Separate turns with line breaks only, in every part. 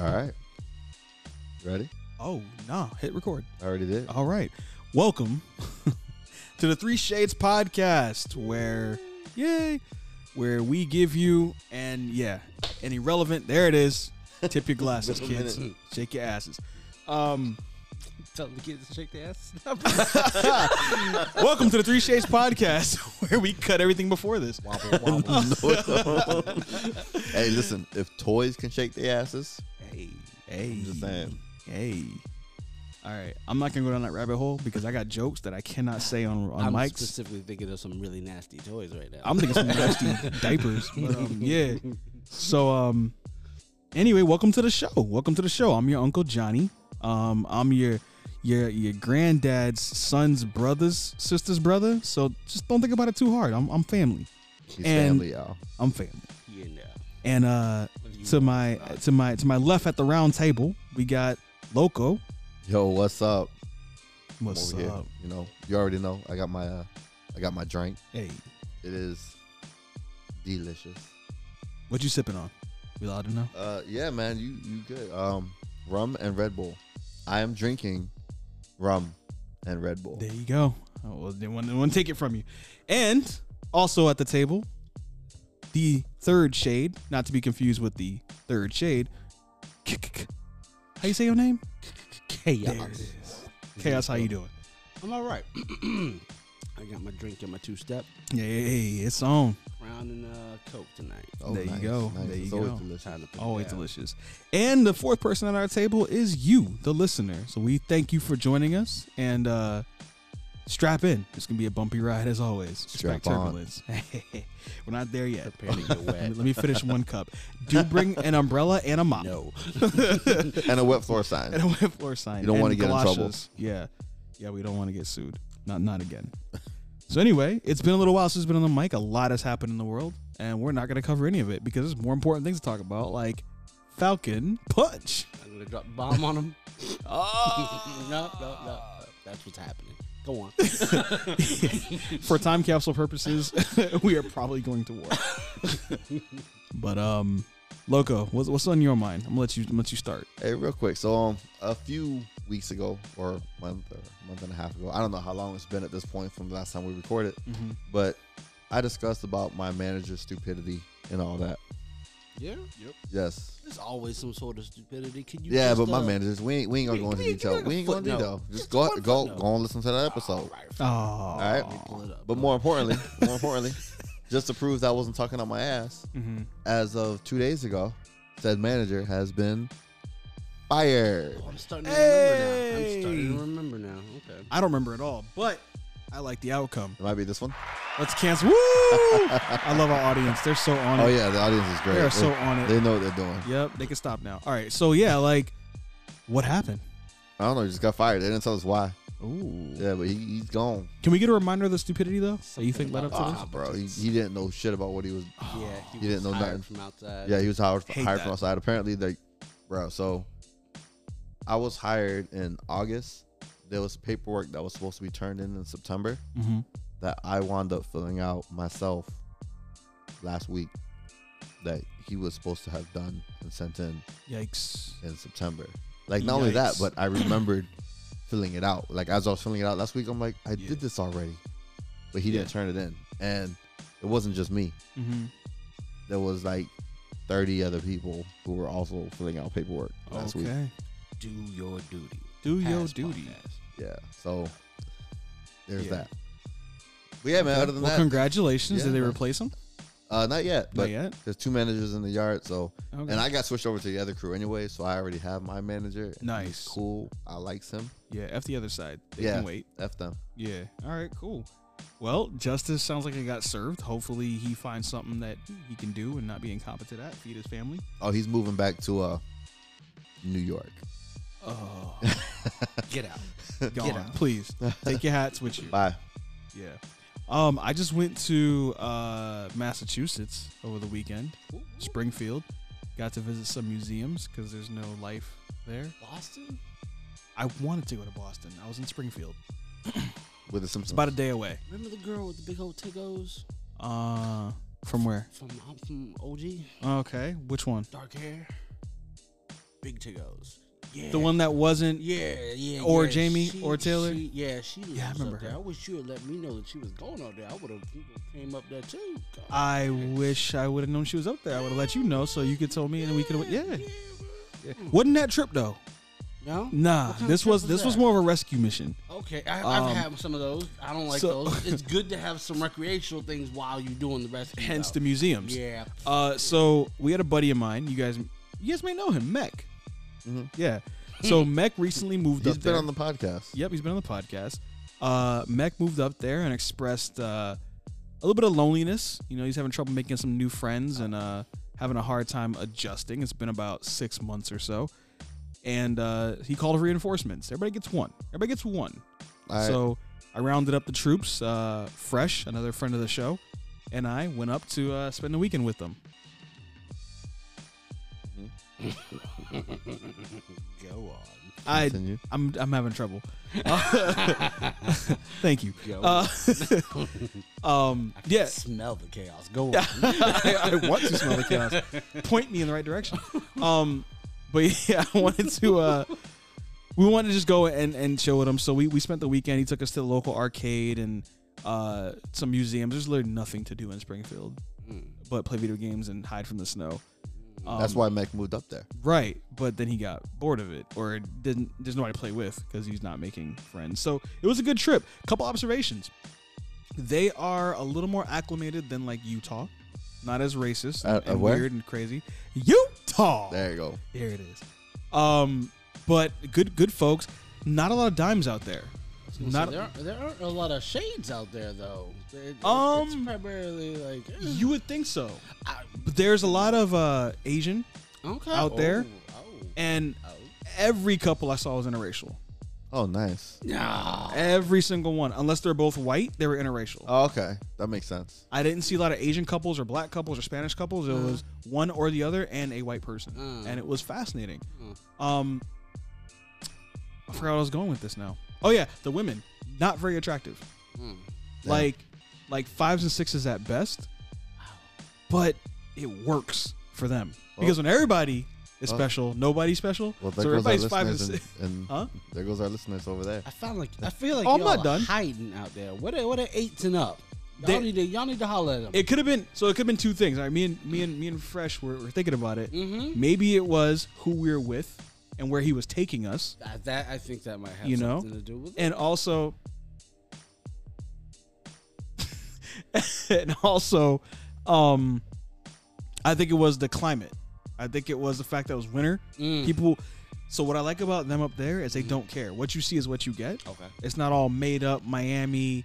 All right. Ready?
Oh, nah. Hit record.
I already did.
All right. Welcome to the Three Shades podcast, where, yay, where we give you, and yeah, an irrelevant, there it is. Tip your glasses,
Middle
kids.
minute.
Shake your asses. Um,
Tell the kids to shake their ass.
welcome to the Three Shades podcast, where we cut everything before this.
hey, listen, if toys can shake their asses,
Hey, hey.
I'm just saying.
Hey. All right, I'm not gonna go down that rabbit hole because I got jokes that I cannot say on on
I'm
mics.
specifically thinking of some really nasty toys right now.
I'm thinking some nasty diapers, but um, yeah. So um, anyway, welcome to the show. Welcome to the show. I'm your uncle Johnny. Um, I'm your your your granddad's son's brother's sister's brother. So just don't think about it too hard. I'm I'm family.
she's
And-
family, y'all.
I'm family.
you know.
And uh, to my to my to my left at the round table, we got Loco.
Yo, what's up? I'm
What's
over here.
up?
You know, you already know. I got my, uh, I got my drink.
Hey,
It is delicious.
what you sipping on? We allowed to know?
Uh, yeah, man, you you good? Um, rum and Red Bull. I am drinking rum and Red Bull.
There you go. Oh, well, they want to take it from you. And also at the table, the third shade, not to be confused with the third shade. How you say your name?
Chaos.
Chaos. How you doing?
I'm all right. I got my drink and my two step
Hey, it's on.
crown and uh, coke tonight.
Oh,
There you
nice,
go.
nice.
There
It's
you
always Oh.
go.
delicious.
Time to put it
Always
down.
Oh, delicious. And the fourth person at our table is you, the listener. So we thank you for joining us and uh strap in. It's gonna be a bumpy ride as always. Expect
Strap on.
turbulence. We're not there yet.
Prepare to get
Let me-
wet.
Let me finish one cup. Do bring an umbrella and a mop.
no.
And a wet floor sign.
And a wet floor sign.
You don't
And
wanna get in trouble.
galoshes. Yeah. Yeah, we don't want to get sued. Not not again. So anyway, it's been a little while since we've been on the mic. A lot has happened in the world, and we're not gonna cover any of it because there's more important things to talk about, like Falcon Punch.
I'm gonna drop the bomb on him.
Oh.
no, no, no. That's what's happening. Go on.
For time capsule purposes, we are probably going to war. but um Loco, what's, what's on your mind? I'm gonna let you I'm gonna let you start.
Hey, real quick. So, um, a few weeks ago, or month, or month and a half ago, I don't know how long it's been at this point from the last time we recorded, but I discussed about my manager's stupidity and all that.
yeah.
Yes.
There's always some sort of stupidity. Can you?
yeah,
just,
but my
uh,
managers, we ain't, we ain't gonna go
give
into
me- give me
detail.
like a
We ain't gonna
footnote.
detail. Just
Just
go,
one
go,
footnote.
go and listen to that
All
episode.
right.
Oh,
right.
Let me pull it up.
But more importantly, more importantly, just to prove that I wasn't talking on my ass,
Mhm.
as of two days ago, said manager has been fired.
Oh, I'm starting to remember now.
Hey.
I'm starting to remember now. Okay.
I don't remember at all, but I like the outcome.
It might be this one.
Let's cancel. Woo! I love our audience. They're so on it.
Oh yeah, the audience is great.
They are so on it.
They know what they're doing.
Yep, they can stop now. All right. So yeah, like what happened?
I don't know. He just got fired. They didn't tell us why.
Ooh.
Yeah, but he, he's gone.
Can we get a reminder of the stupidity though? That you think led up to
Ah,
this?
bro. He, he didn't know shit about what he was.
Ah. Yeah,
He didn't
was
know
hired
nothing.
from outside.
Yeah, he was hired,
Hate
hired
that.
from outside. Apparently, they, bro. So, I was hired in August. There was paperwork that was supposed to be turned in in September
Mm-hmm.
that I wound up filling out myself last week. That he was supposed to have done and sent in
Yikes.
in September. Like not only that,
Yikes.
but I remembered filling it out. Like as I was filling it out last week, I'm like, I
Yeah.
did this already, but he didn't turn it in, and it wasn't just me.
Mm-hmm.
There was like 30 other people who were also filling out paperwork last
okay.
week.
Do your duty.
Do your
Pass
duty.
podcast.
Yeah, so there's
Yeah.
that. But yeah, man. Other than
well,
that,
congratulations.
Yeah,
Did they
man.
replace him?
uh, not yet. But
Not yet.
there's two managers in the yard, so
Okay.
and I got switched over to the other crew anyway, so I already have my manager. and he's
Nice.
cool. I likes him.
yeah, F the other side. They
yeah,
can wait.
F them.
Yeah. All right, cool. Well, justice sounds like it got served. Hopefully he finds something that he can do and not be incompetent at, feed his family.
Oh, he's moving back to uh New York.
Oh,
Get out.
gone.
out.
Please take your hats with you.
Bye.
Yeah. Um, I just went to uh, Massachusetts over the weekend, Springfield. Got to visit some museums because there's no life there.
Boston?
I wanted to go to Boston. I was in Springfield.
With the
It's
Simpsons.
about a day away.
Remember the girl with the big old tiggos
Uh, from where?
from from OG?
Okay, which one?
Dark hair. Big Tigos. Yeah.
The one that wasn't.
Yeah, yeah.
Or
yeah.
Jamie or Taylor?
she- yeah, she lives
I remember
up there.
her.
I wish you had let me know that she was going out there. I would have came up there too. God.
I wish I would have known she was up there. I would have let you know so you could tell me and we could. Yeah. yeah. Wasn't that trip though?
No.
Nah.
What kind of
This
trip
was this was
that?
more of a rescue mission.
Okay, I,
Um,
I've had some of those. I don't like
so-
those. It's good to have some recreational things while you're doing the rest.
Hence the museums.
yeah.
Uh, so we had a buddy of mine. You guys, you guys may know him, Mech.
Mhm.
Yeah. So Mech recently moved
He's
up
been
there.
on the podcast.
Yep, he's been on the podcast. Uh, Mech moved up there and expressed uh, a little bit of loneliness. You know, he's having trouble making some new friends and uh, having a hard time adjusting. It's been about six months or so, and uh, he called for reinforcements. Everybody gets one. Everybody gets one.
All right.
So I rounded up the troops. Uh, Fresh, another friend of the show, and I went up to uh, spend the weekend with them.
Go
I
Continue.
I'm I'm having trouble. thank you.
Yo.
Uh, um,
on.
yeah,
Smell the chaos. Go on.
I, I want to smell the chaos. Point me in the right direction. Um, but yeah, I wanted to. Uh, we wanted to just go and and chill with him. So we we spent the weekend. He took us to the local arcade and uh some museums. There's literally nothing to do in Springfield but play video games and hide from the snow. Um,
That's why Mac moved up there.
Right, but then he got bored of it, or it didn't. There's nobody to play with because he's not making friends. So it was a good trip. Couple observations: they are a little more acclimated than like Utah, not as racist
Uh,
and
uh, where?
weird and crazy. Utah, there.
There you go.
it is. Um, but good, good folks. Not a lot of dimes out there.
Not
Not
there, are, there aren't a lot of shades out there though. It- it-
Um,
it's primarily like eh,
you would think so.
I-
But there's a lot of uh, Asian,
okay
out there.
Oh, oh,
and
oh.
every couple I saw was interracial.
Oh, nice.
No.
Every single one, unless they're both white, they were interracial.
Oh, okay, that makes sense.
I didn't see a lot of Asian couples or black couples or Spanish couples. It was
Uh-huh.
one or the other and a white person.
Mm.
Uh.
And it was fascinating. Um I forgot where I was going with this now. Oh yeah, the women. Not very attractive.
Hmm.
Mm.
Yeah.
Like like fives and sixes at best. But it works for them. because when everybody is
Well.
special, nobody's special.
Well,
so
there goes our
everybody's five and
listeners, and,
six.
and
Huh?
there goes our listeners over there.
I found like I feel like
Oh, I'm
y'all
not
are
done.
hiding out there. What are, what are eights and up? Y'all
They-
need to y'all need to holler at them.
It could have been so it could have been two things. All right, me and me and me and Fresh were, were thinking about it.
mm-hmm.
Maybe it was who we were with and where he was taking us.
That, that I think that might have
You know?
something to do with it.
And also and also um I think it was the climate. I think it was the fact that it was winter.
Mm.
People so what I like about them up there is they don't care. What you see is what you get.
Okay.
It's not all made up Miami.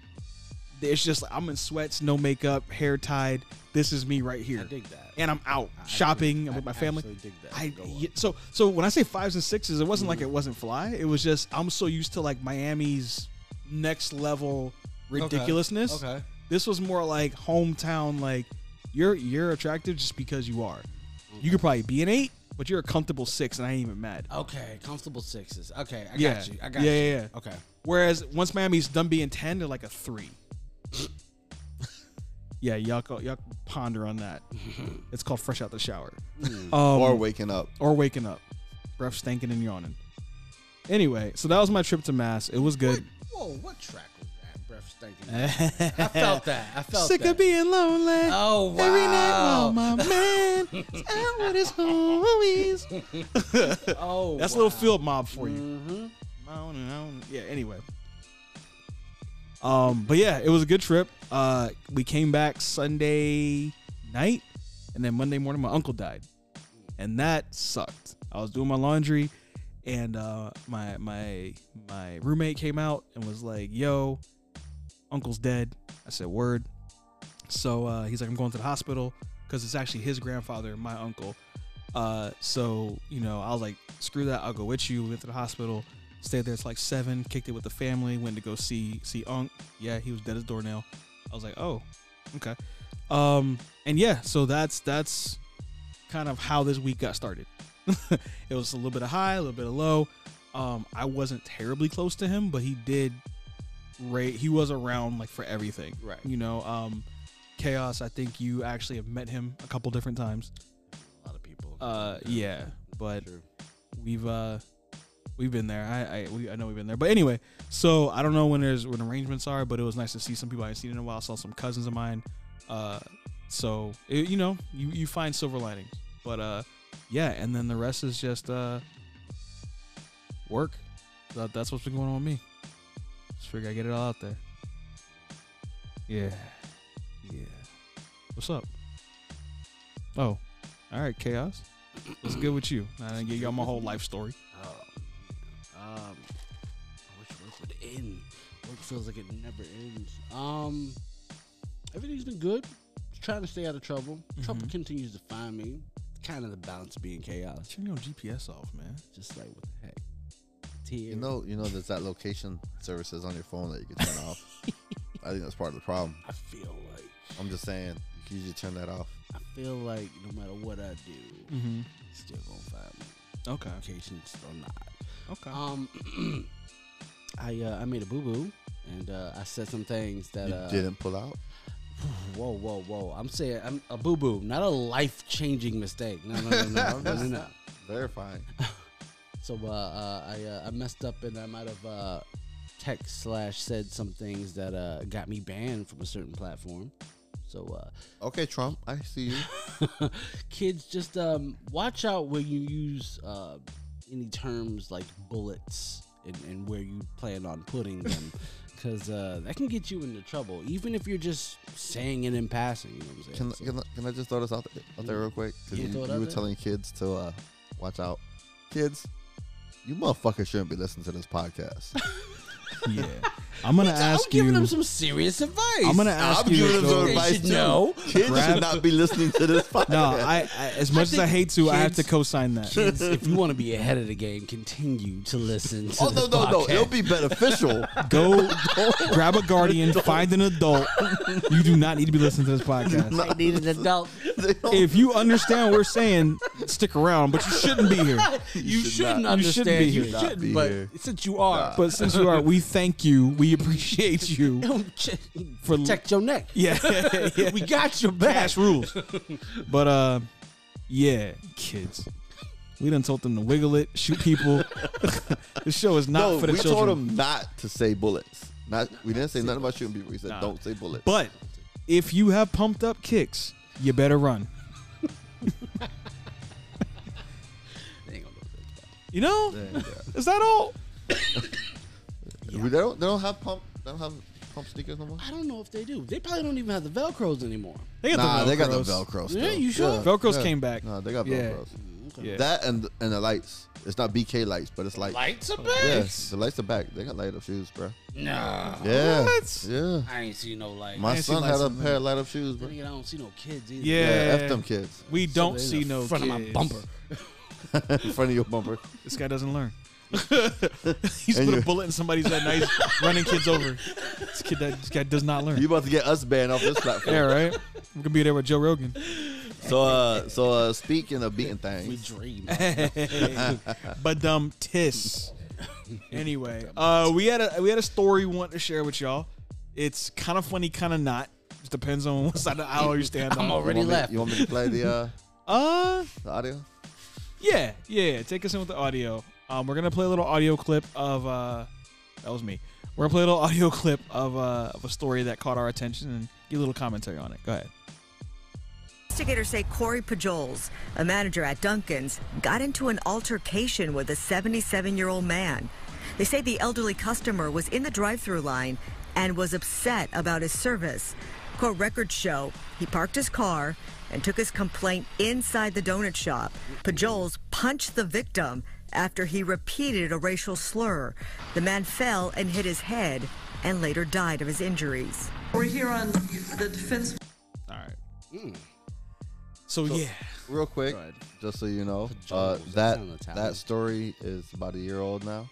It's just like, I'm in sweats, no makeup, hair tied. This is me right
I
here.
dig that.
And I'm out
I
shopping.
dig-
I'm with
I
my family.
absolutely Dig that.
I
Go on. Mm.
y- so so when I say fives and sixes, it wasn't like it wasn't fly. It was just I'm so used to like Miami's next level ridiculousness.
Okay.
This was more like hometown. Like you're you're attractive just because you are. You could probably be an eight, but you're a comfortable six, and I ain't even mad.
Okay, comfortable sixes. Okay, I
Yeah.
got you. I got
Yeah,
you.
yeah, yeah.
Okay.
Whereas once Miami's done being ten, they're like a three. yeah, y'all go, y'all ponder on that. It's called fresh out the shower. Um,
or waking up.
or waking up, breath stinking and yawning. Anyway, so that was my trip to Mass. It was good.
Whoa, what track was that? Breath stinking. I felt that. I felt
Sick
that.
of being lonely.
Oh
Every night while
wow.
my man is out with his homies.
oh, Mm-hmm.
That's a little field mob for you. Moan and moan. Yeah. Anyway. Um. But yeah, it was a good trip. Uh, we came back Sunday night, and then Monday morning my uncle died, and that sucked. I was doing my laundry, and uh, my my my roommate came out and was like, "Yo, uncle's dead." I said, "Word." So uh, he's like, "I'm going to the hospital because it's actually his grandfather, my uncle." Uh, so you know, I was like, "Screw that! I'll go with you." Went to the hospital, stayed there till like seven. Kicked it with the family. Went to go see see Unc. Yeah, he was dead as a doornail. I was like, "Oh, okay." Um, and yeah, so that's that's kind of how this week got started. it was a little bit of high, a little bit of low. Um, I wasn't terribly close to him, but he did. Ray, he was around like for everything.
Right.
You know, um, chaos. I think you actually have met him a couple different times.
A lot of people.
Uh, yeah, but
True.
we've uh we've been there. I I, we, I know we've been there. But anyway, so I don't know when there's when arrangements are, but it was nice to see some people I hadn't seen in a while. saw some cousins of mine. Uh, so it, you know you you find silver linings. But uh, yeah, and then the rest is just uh work. That, that's what's been going on with me. Just figure I get it all out there. Yeah, yeah. What's up? Oh, all right, chaos. What's good with you? I didn't give y'all my whole life story.
Oh, um, I wish work would end. Work feels like it never ends. Um, everything's been good. Just trying to stay out of trouble. Trouble
Mhm.
continues to find me. Kind of the balance being chaos.
Turn your GPS off, man.
Just like what the heck. Tear.
You know, you know, there's that location services on your phone that you can turn off. I think that's part of the problem.
I feel like
I'm just saying, you can usually turn that off.
I feel like no matter what I do,
Mm-hmm.
it's still gonna find me.
Okay.
Locations or not.
Okay.
Um, I uh, I made a boo boo and uh, I said some things that
You
uh,
didn't pull out.
Whoa, whoa, whoa! I'm saying I'm a boo boo, not a life changing mistake. No, no, no, no, no, no, no.
Verifying.
So uh, uh, I uh, I messed up and I might have uh, text slash said some things that uh, got me banned from a certain platform. So uh,
Okay, Trump, I see you.
kids just um, watch out where you use uh, any terms like bullets and, and where you plan on putting them because uh, that can get you into trouble even if you're just saying it in passing you know what i'm saying
Can,
So-
can, can I just throw this out there, out there real quick? Because
Yeah,
you,
throw it
you
out
were
there.
telling kids to uh, watch out. Kids, you motherfuckers shouldn't be listening to this podcast.
yeah. I'm gonna
I'm
ask you.
giving them some serious advice.
I'm gonna ask
I'm
you.
giving them
though-
some
They
advice
should
too.
know.
Kids
Grab-
should not be listening to this podcast.
No, I, I as much as I
think
hate to, I have to
kids-
co-sign that.
Kids, if you want to be ahead of the game, continue to listen to
oh no
this
no no!
podcast.
It'll be beneficial.
Go grab a guardian, find an adult. You do not need to be listening to this podcast.
I need an adult.
They don't-
If you understand what we're saying, stick around, but you shouldn't be here.
You,
should
shouldn't
not-
you shouldn't
understand.
be
You
here.
Not
shouldn't,
be
but
here.
since you are,
But since you are, we thank you. We appreciate you. For-
for protect your neck.
Yeah. yeah.
We got your back.
Cash rules. But uh yeah, kids. We done told them to wiggle it, shoot people. this show is not
no,
for the
we
children.
told them not to say bullets. Not we didn't say nothing about shooting people. We said don't say bullets.
But if you have pumped up kicks, you better run.
They ain't gonna know what it's about.
You know?
Yeah, yeah.
Is that all?
We- They don't. They don't have pump. They don't have pump sneakers no more.
I don't know if they do. They probably don't even have the velcros anymore.
They got
nah,
the
they got the
Velcros.
Velcro. Still.
Yeah, you sure?
Velcros came back.
No, they got
Yeah.
Velcros.
Okay.
Yeah.
That and and the lights. It's not BK lights, but it's like
Lights are back.
yes, the lights are back. They got light up shoes, bro.
Nah,
Yeah,
What?
yeah.
I ain't see no lights.
My
I ain't seen
son had
lights
a
in a
pair of light up shoes, bro.
Then again, I don't see no kids either.
Yeah.
Yeah, f them kids
We don't
They in
see
the
no
front of my
kids.
bumper.
in front of your bumper.
This guy doesn't learn. He's
And
put a
you-
bullet in somebody's head. Now he's running kids over. This kid, that, this guy does not learn.
You about to get us banned off this platform.
yeah, right. We're gonna be there with Joe Rogan.
So, uh, so uh, speaking of beating
We
things,
dream.
but um, tis. Anyway, uh, we had a we had a story we want to share with y'all. It's kind of funny, kind of not. Just depends on what side of the aisle you stand on.
I'm
you want, me,
already left.
you want me to play the uh,
Uh,
the audio?
yeah, yeah. Take us in with the audio. Um, we're gonna play a little audio clip of uh, that was me. We're gonna play a little audio clip of uh of a story that caught our attention and get a little commentary on it. Go ahead.
Investigators say Corey Pajoles, a manager at Duncan's, got into an altercation with a 77 year old man. They say the elderly customer was in the drive through line and was upset about his service. Court records show he parked his car and took his complaint inside the donut shop. Pajoles punched the victim after he repeated a racial slur. The man fell and hit his head and later died of his injuries.
We're here on the defense
All right. Mm. So, yeah,
Real quick,
Go ahead.
just so you know, uh,
Pajamas, that
that
sound Italian.
that story is about a year old now.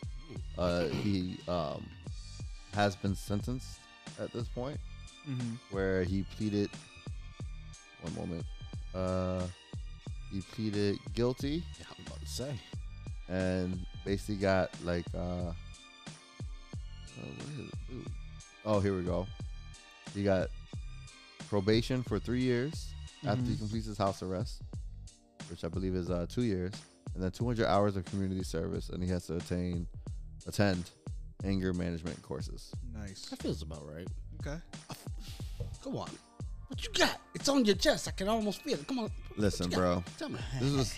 Uh, he um, has been sentenced at this point,
Mm-hmm.
where he pleaded. One moment. Uh, he pleaded guilty.
I'm about to say.
and basically got like uh, uh what is it? Ooh. oh here we go he got probation for three years after he completes his house arrest which i believe is uh two years and then 200 hours of community service, and he has to attain attend anger management courses.
Nice.
That feels about right.
Okay.
Come on. What you got? It's on your chest. I can almost feel it. Come on.
Listen,
Yeah.
bro,
Tell me.
this was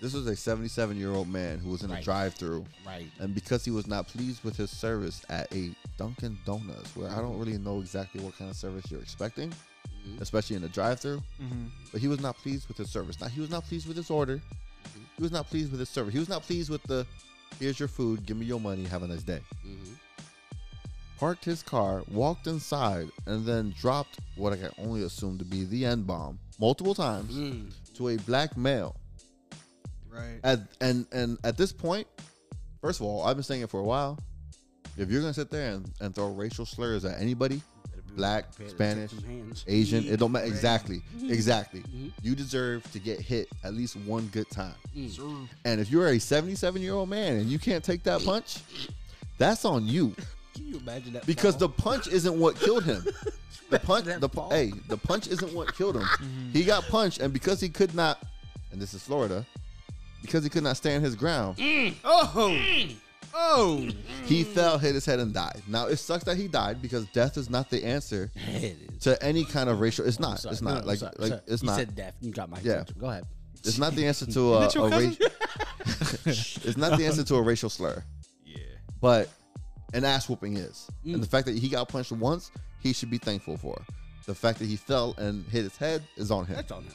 this was a 77 year old man who was in a
Right.
drive-through,
Right.
and because he was not pleased with his service at a Dunkin' Donuts, where I don't really know exactly what kind of service you're expecting, especially in a drive-through, but he was not pleased with his service. Now he was not pleased with his order. He was not pleased with his service. He was not pleased with the here's your food, give me your money, have a nice day. Parked his car, walked inside, and then dropped what I can only assume to be the N bomb multiple times to a black male.
Right.
At and and at this point, first of all, I've been saying it for a while. If you're gonna sit there and, and throw racial slurs at anybody, black,
prepared to
Spanish,
take them hands. Mm, Mm-hmm.
Asian, it don't matter exactly. Exactly. You deserve to get hit at least one good time.
mm.
And if you're a 77 year old man and you can't take that punch, that's on you.
Can you imagine that?
Because
ball?
the punch isn't what killed him. The punch, the pu- hey, the punch isn't what killed him.
Mm-hmm.
He got punched, and because he could not, and this is Florida, because he could not stand his ground,
Mm.
Oh.
he fell, hit his head, and died. Now it sucks that he died because death is not the answer
It is.
to any kind of racial. It's not.
Sorry.
It's
No,
not
I'm
like
sorry.
like
Sorry.
it's
you
not.
said death. You got my
Yeah.
attention. Go ahead.
It's not the answer to a,
that your
a
cousin?
ra- It's not the answer to a racial slur.
Yeah. Mm.
but an ass whooping is. And the fact that he got punched once, he should be thankful for. The fact that he fell and hit his head is on him.
That's on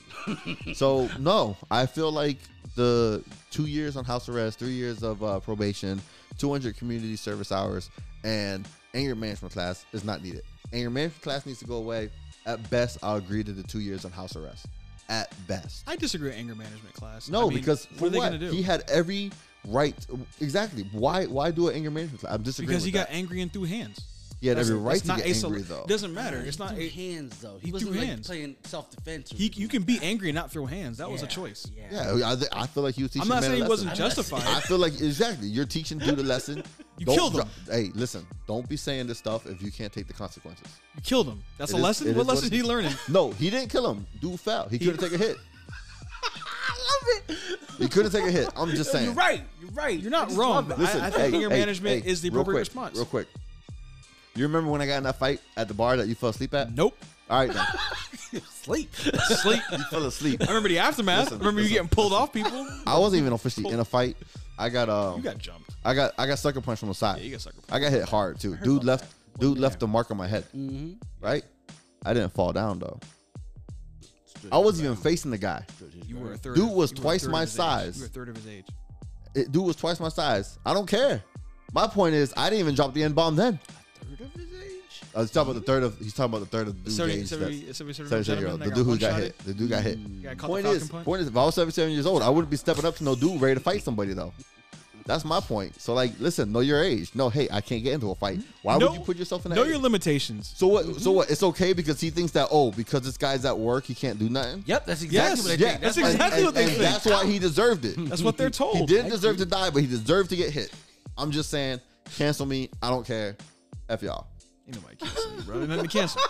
him.
So no, I feel like the two years on house arrest, three years of uh, probation, 200 community service hours, and anger management class is not needed. Anger management class needs to go away. At best, I'll agree to the two years on house arrest. At best.
I disagree with anger management class.
No,
I mean,
because
what
for
are they
what?
gonna do?
He had every right. Exactly. Why? Why do an anger management class? I'm disagreeing.
because he
with
got
that.
angry and threw hands.
He had
That's-
every right
that's
to
not
get
a sol-
angry though.
Doesn't matter. It's not.
He
It,
threw hands though. He,
he
wasn't
threw
like
hands.
playing self defense.
he, you can be angry and not throw hands. That was a
Yeah.
choice.
Yeah.
yeah, I, th- I feel like he was teaching.
I'm not
man a
saying he
lesson.
wasn't justified.
I feel like exactly you're teaching dude a lesson.
You
Don't
killed
dro-
him.
Hey, listen, don't be saying this stuff if you can't take the consequences.
You killed him. That's
It
a
is-
lesson.
it
What
is what
lesson
it
he
is.
learning?
No, he didn't kill him. Dude fell. He, couldn't take a hit.
I love it.
He couldn't take a hit. I'm just saying.
You're right. You're right.
You're
I
not
just
wrong.
love it.
Listen, I, I think
hey,
anger
hey,
management
hey,
is the
real
appropriate
quick,
response.
Real quick. You remember when I got in that fight at the bar that you fell asleep at?
Nope.
All right, now.
Sleep.
Sleep.
you fell asleep.
I remember the aftermath.
Listen,
I remember you
listen,
getting pulled off people.
I wasn't even officially in a fight. I got um.
You got jumped.
I got I got sucker punched from the side.
Yeah, you got sucker punched.
I got hit hard too. Dude left dude left the mark on my head.
Mm-hmm.
Right? I didn't fall down though. I wasn't even facing the guy.
You were a third.
Dude
of-
was
you were a
twice
third
my
of his age.
size.
You were a third of his age.
It, dude was twice my size. I don't care. My point is I didn't even drop the N bomb then.
Third of his age.
I was talking about the third of he's talking about the third of the dude
70
age
70
that's-
77
77 year old.
gentleman
The
that
dude who
got
got
one-shotted?
hit. The dude got hit.
Yeah, I caught
Point
the
is,
falcon punch.
point is, if I was 77 years old, I wouldn't be stepping up to no dude ready to fight somebody though. That's my point. So like, listen, know your age. No, hey, I can't get into a fight. Why
Know-
would you put yourself in that?
Know
age?
your limitations.
So what? So what? It's okay because he thinks that oh, because this guy's at work, he can't do nothing.
Yep, that's exactly
Yes,
what I
yeah,
think.
that's
why-
And-
exactly
and-
what they
and
think.
That's why he deserved it.
That's what they're told.
He didn't deserve to die, but he deserved to get hit. I'm just saying, cancel me. I don't care. F y'all.
Ain't nobody canceling you, bro. Nothing to cancel.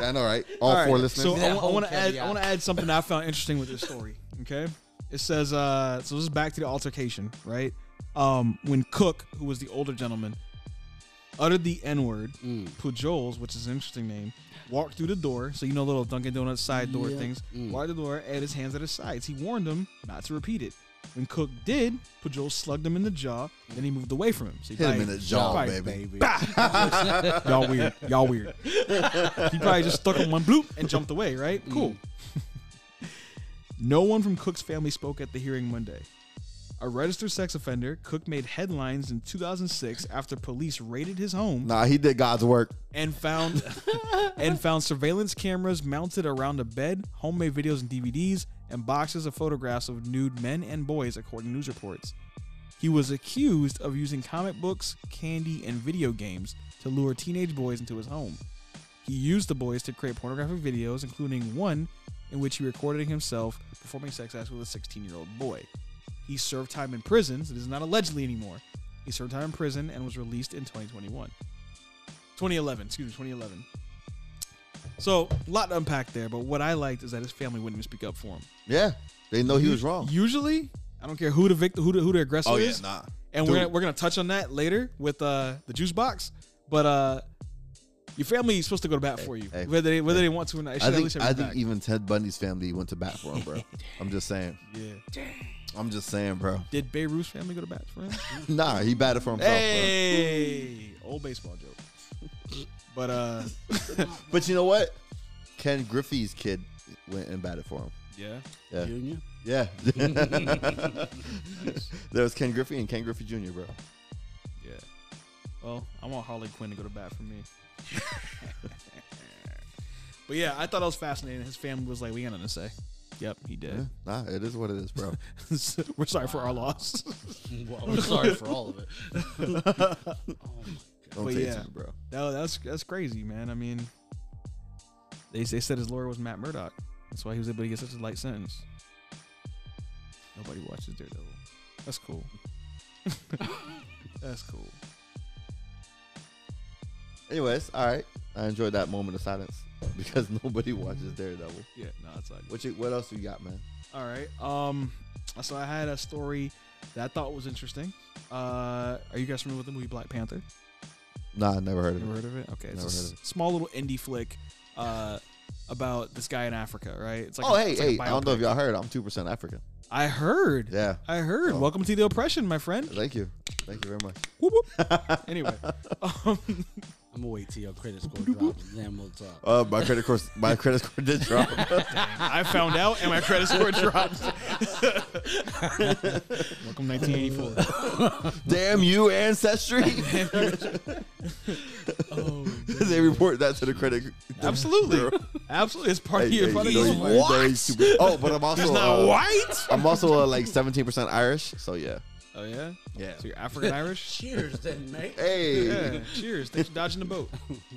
I know, right? All,
All right,
four listeners.
So I,
That whole
want to add. I
caveat.
want to add something I found interesting with this story. Okay, it says. Uh, so this is back to the altercation, right? Um, when Cook, who was the older gentleman, uttered the N word,
Mm.
Pujols, which is an interesting name, walked through the door. So you know, little Dunkin' Donuts side door things.
Mm.
Walked the door, had his hands at his sides. He warned him not to repeat it. When Cook did, Pujols slugged him in the jaw. Then he moved away from him. So he
Hit him
probably-
in the jaw,
probably-
baby.
Y'all weird. Y'all weird. he probably just stuck on one bloop and jumped away, right? Cool. no one from Cook's family spoke at the hearing Monday. A registered sex offender, Cook made headlines in 2006 after police raided his home
Nah, he did God's work.
and found and found surveillance cameras mounted around a bed, homemade videos and DVDs, and boxes of photographs of nude men and boys, according to news reports. He was accused of using comic books, candy, and video games to lure teenage boys into his home. He used the boys to create pornographic videos, including one in which he recorded himself performing sex acts with a 16 year old boy. He served time in prison, so this is not allegedly anymore. He served time in prison and was released in 2021. 2011, excuse me, 2011. So, a lot to unpack there, but what I liked is that his family wouldn't even speak up for him.
Yeah, they know he was wrong.
Usually, I don't care who the victim, who the, who the aggressor
Oh, yeah,
is.
nah.
And
Dude.
we're gonna, we're gonna touch on that later with uh the juice box. But uh, your family is supposed to go to bat for you,
hey,
whether they whether they want to or not. They should
I
at least
think
have
I think
your back.
even Ted Bundy's family went to bat for him, bro. I'm just saying.
yeah.
I'm just saying, bro.
Did Bay Ruth's family go to bat for him?
Nah, he batted for himself,
hey, old baseball joke. But uh,
bro. But you know what? Ken Griffey's kid went and batted for him.
yeah.
Yeah.
Junior.
Yeah. there was Ken Griffey and Ken Griffey Jr., bro.
Yeah. Well, I want Harley Quinn to go to bat for me. but yeah, I thought that was fascinating. His family was like, "We got nothing to say." Yep, he did.
Nah, it is what it is, bro.
So, We're sorry for our loss.
Well, I'm sorry for all of it. Oh
Don't
But
take
yeah.
it, bro.
no, that's that's crazy, man. I mean, they they said his lawyer was Matt Murdock. That's why he was able to get such a light sentence. Nobody watches Daredevil. That's cool. that's cool.
Anyways, all right. I enjoyed that moment of silence because nobody watches Daredevil.
Yeah, no, it's like
What you, What else you got, man?
All right. Um, so I had a story that I thought was interesting. Uh, are you guys familiar with the movie Black Panther?
Nah, I never heard of
Never
it.
heard of it? Okay, it's
Never
a
heard of
s- small little indie flick uh, about this guy in Africa, right? It's like
Oh,
a-
hey,
it's like a
hey. I don't know
biopic.
if y'all heard. I'm 2% African.
I heard.
Yeah.
I heard.
Oh.
Welcome to the oppression, my friend.
Thank you. Thank you very much.
Whoop, whoop. anyway, um,
I'm gonna wait till your credit score drops, and then we'll talk.
Uh, my credit course, my credit score did drop.
I found out, and my credit score dropped. Welcome 1984.
Damn you, ancestry!
Oh,
they report that to the credit.
Absolutely,
Bureau.
absolutely. It's part of
Hey,
your
hey,
part of
you know
your-
you- you know you stupid. Oh, but I'm also
He's not
uh,
white.
I'm also uh, like 17 percent Irish. So yeah,
Oh yeah,
Yeah.
So you're African Irish.
Cheers, then, mate.
hey,
yeah. Cheers. Thanks for dodging the boat.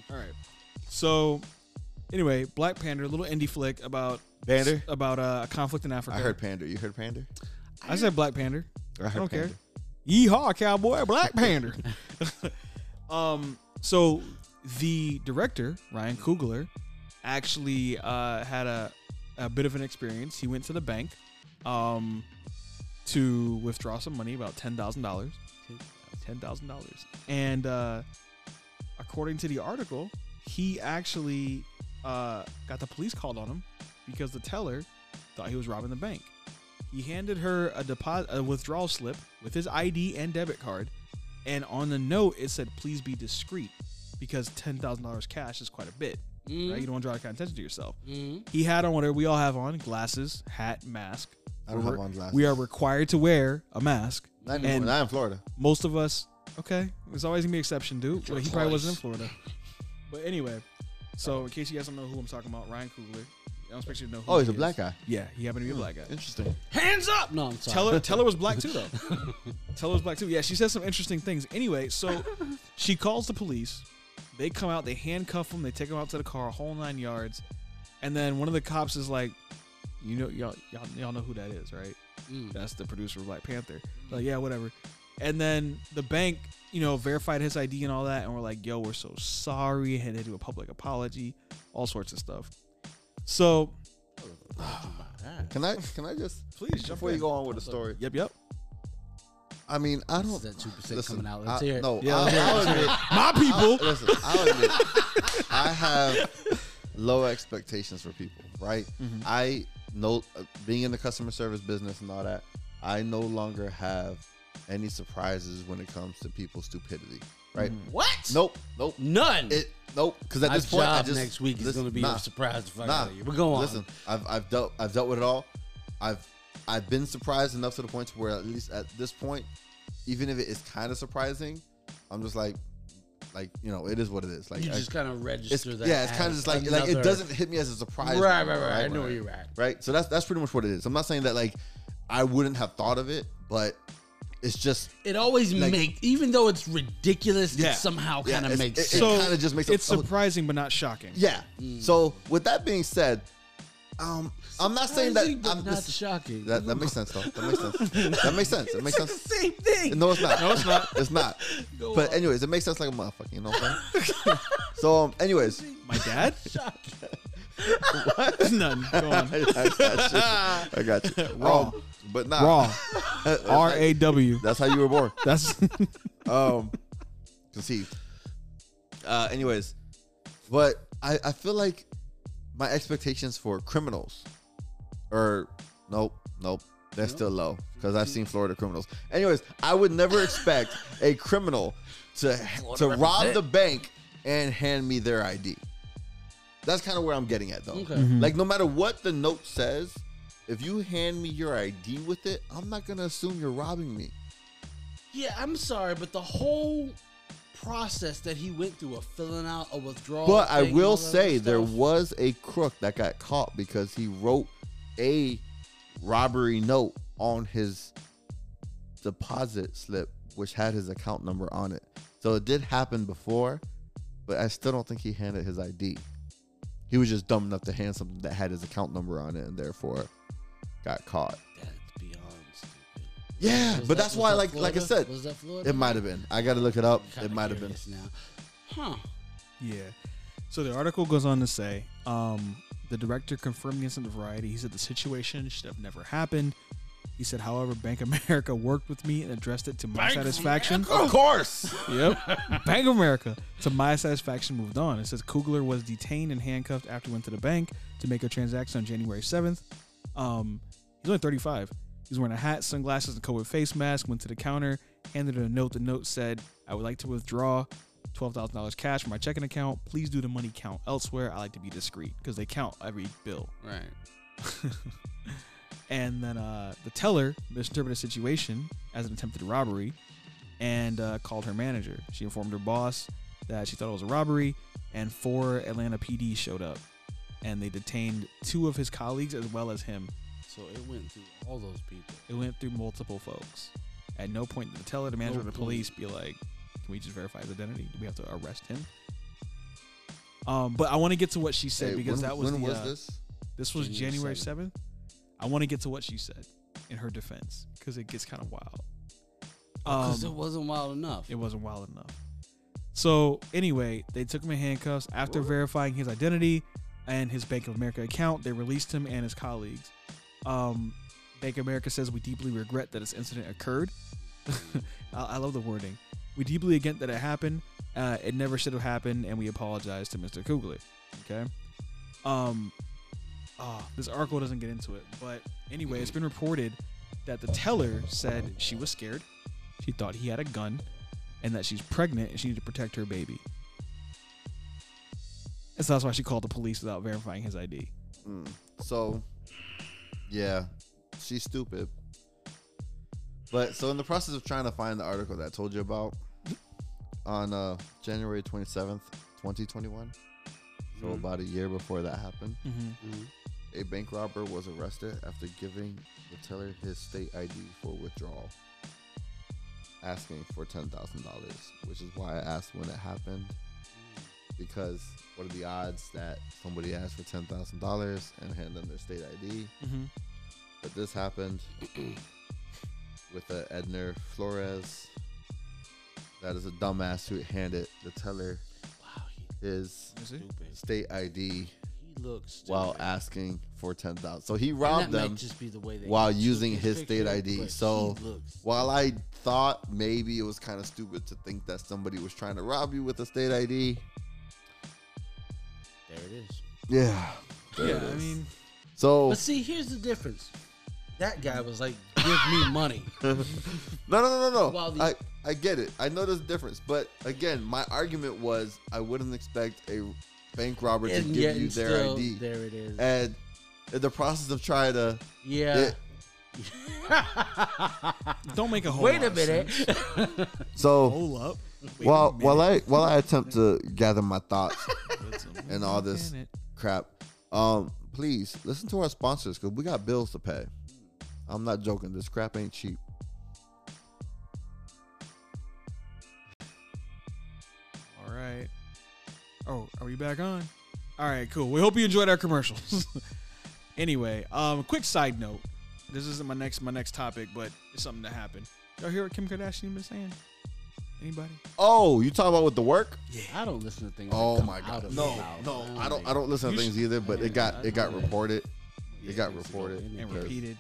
All right. So, anyway, Black Panther, little indie flick about
Pander?
about uh, a conflict in Africa.
I heard pander. You heard pander?
I said Black Panther.
I heard
I don't care.
pander.
Yeehaw, cowboy, Black Panther. um. So the director Ryan Coogler actually uh, had a a bit of an experience. He went to the bank. Um. To withdraw some money, about ten thousand dollars, ten thousand dollars, and uh, according to the article, he actually uh, got the police called on him because the teller thought he was robbing the bank. He handed her a deposit, a withdrawal slip with his ID and debit card, and on the note it said, "Please be discreet," because ten thousand dollars cash is quite a bit. Right? You don't want to draw that kind of attention to yourself. He had on whatever we all have on: glasses, hat, mask.
I don't
We're-
have on glasses.
We are required to wear a mask
Not anymore.
And-
Not in Florida.
most of us okay there's always gonna be an exception dude well, he probably wasn't in florida but anyway so in case you guys don't know who i'm talking about ryan kugler i don't expect you to know who
Oh, he's
he
a black
is.
guy. Hmm.
yeah he happened to be a black guy
Interesting.
hands up
No, I'm sorry.
Teller, Teller was black too, though. Teller was black too. Yeah, she says some interesting things. Anyway, so she calls the police. They come out, they handcuff him, they take him out to the car, whole nine yards. And then one of the cops is like, "You know, y'all, y'all, y'all know who that is, right?
Mm.
That's the producer of Black Panther." Like, yeah, whatever. And then the bank, you know, verified his ID and all that, and we're like, "Yo, we're so sorry." And they do a public apology, all sorts of stuff. So
Ah.
Can I? Can I just?
please jump
Before
in.
you go on with the story,
Yep, yep.
I mean, I don't.
Is that 2%
listen,
coming out?
I-
Let's hear it.
No,
Yeah,
I,
let's hear it,
I
let's
admit,
My people.
Listen, I'll admit, I have low expectations for people, right?
Mm-hmm.
I know uh, being in the customer service business and all that, I no longer have any surprises when it comes to people's stupidity, right?
What?
Nope, nope,
None.
it, nope. Because at
Mm-hmm. My
this point, I
job
just-
next week is
listen,
going to be
nah,
a surprise. the Fuck
Nah,
out of you. But go on.
Listen, I've I've dealt I've dealt with it all. I've I've been surprised enough to the point to where at least at this point, even if it is kind of surprising, I'm just like, like you know, it is what it is. Like
you
I-
just kind of
it's,
register that.
yeah, it's kind of
as
just like like
another-
it doesn't hit me as a surprise.
Right,
anymore,
right, right. I know where you're at.
Right, so that's that's pretty much what it is. I'm not saying that like I wouldn't have thought of it, but it's just
It always
Like-
make, even though it's ridiculous,
Yeah.
it somehow
Yeah,
kind of
it's-
makes
it- it
sense.
so
kinda just makes a-
it's
oh.
surprising but not shocking.
yeah.
Mm.
So with that being said, um, I'm not saying that
Surprising, but
I'm
not
this-
shocking.
That, that makes sense though. That makes sense. That makes sense. It makes sense.
Same thing.
No, it's not.
No, it's not.
It's not.
Go
but
on.
anyways, it makes sense like a motherfucker. You know what I'm saying? so, um, anyways,
My dad?
Shocking.
It's nothing. Go on.
I got you. I got you.
Raw.
Um, but not
Raw. R A W.
That's how you were born.
That's
um conceived uh anyways but i i feel like my expectations for criminals are nope nope they're still low because i've seen florida criminals anyways i would never expect a criminal to to rob the bank and hand me their id that's kind of where i'm getting at though
Okay.
like no matter what the note says if you hand me your id with it i'm not gonna assume you're robbing me
Yeah, I'm sorry, but the whole process that he went through of filling out a withdrawal.
But I
thing, all
will
that
say
other
there
stuff,
was a crook that got caught because he wrote a robbery note on his deposit slip, which had his account number on it. So it did happen before, but I still don't think he handed his ID. He was just dumb enough to hand something that had his account number on it and therefore got caught.
That's beyond stupid.
Yeah,
Was
but
that-
that's
was
why,
that
like, like I
Florida?
said,
was that Florida?
it might have been. I got to look it up.
Kinda
It might have been.
curious Now. Huh.
Yeah. So the article goes on to say, um, the director confirmed the incident to Variety. He said the situation should have never happened. He said, however, Bank of America worked with me and addressed it to my satisfaction.
Of course.
Yep. bank of America. To my satisfaction, moved on. It says Kugler was detained and handcuffed after he went to the bank to make a transaction on January 7th. Um, he's only 35. He's wearing a hat, sunglasses, and covered face mask. Went to the counter, handed her a note. The note said, I would like to withdraw $12,000 cash from my checking account. Please do the money count elsewhere. I like to be discreet because they count every bill.
Right.
And then uh, the teller misinterpreted the situation as an attempted robbery and uh, called her manager. She informed her boss that she thought it was a robbery, and four Atlanta PD showed up. And they detained two of his colleagues as well as him.
So it went through all those people.
It went through multiple folks. At no point did the teller, the manager, or the police be like, can we just verify his identity? Do we have to arrest him? Um, but I want to get to what she said
Hey,
because
when-
that was
when
the,
was
uh,
this?
this was January
January
seventh. I want to get to what she said in her defense because it gets kind of wild.
Because
Um,
it wasn't wild enough.
it wasn't wild enough. So anyway, they took him in handcuffs after verifying his identity and his Bank of America account. They released him and his colleagues. Um, Bank of America says we deeply regret that this incident occurred. I, I love the wording. We deeply regret that it happened. Uh, it never should have happened, and we apologize to Mr. Kugler. Okay. Um. ah, this article doesn't get into it, but anyway, it's been reported that the teller said she was scared. She thought he had a gun and that she's pregnant and she needed to protect her baby. And so that's why she called the police without verifying his ID.
So, yeah, she's stupid. But so in the process of trying to find the article that I told you about on uh, January 27th, 2021,
Mm-hmm.
so
Mm-hmm.
about a year before that happened, a bank robber was arrested after giving the teller his state ID for withdrawal, asking for $10,000, which is why I asked when it happened. Because what are the odds that somebody asked for $10,000 and hand them their state ID?
Mm-hmm.
But this happened with uh, Edner Flores. That is a dumbass who handed the teller
wow, he's
his
stupid.
state ID
He looks stupid.
while asking for ten thousand. So he
And
robbed
that might
them
just be the way that
while
he took
using his state
picture,
ID.
but
So
he looks
while I thought maybe it was kind of stupid to think that somebody was trying to rob you with a state ID,
there it is.
yeah, there it
Yeah, I
is.
mean,
so
But see, here's the difference. That guy was like, "Give me money."
No, no, no, no, no.
While the-
I, I get it. I know there's a difference. But again, my argument was I wouldn't expect a bank robber to
and
give
yet
you
and
their
still,
ID.
There it is.
And in the process of trying to,
yeah.
it-
don't make a whole
Wait
lot
a
of
minute.
sense.
so
Hold up. Oh, Wait
while
a minute.
while I while I attempt to gather my thoughts
It's a-
and all this
minute.
crap, um, please listen to our sponsors because we got bills to pay. I'm not joking. This crap ain't cheap.
All right. Oh, are we back on? All right, cool. We hope you enjoyed our commercials. anyway, um, quick side note. This isn't my next my next topic, but it's something that happened. Y'all hear what Kim Kardashian been saying? Anybody?
Oh, you talking about with the work?
I don't listen to things. that
Oh
come
my
out
god.
of
No,
your mouth.
no, I don't I don't listen to
You
things either, but it got it got
Yeah.
reported.
Yeah,
It got
things go
reported.
in
And
because-
repeated.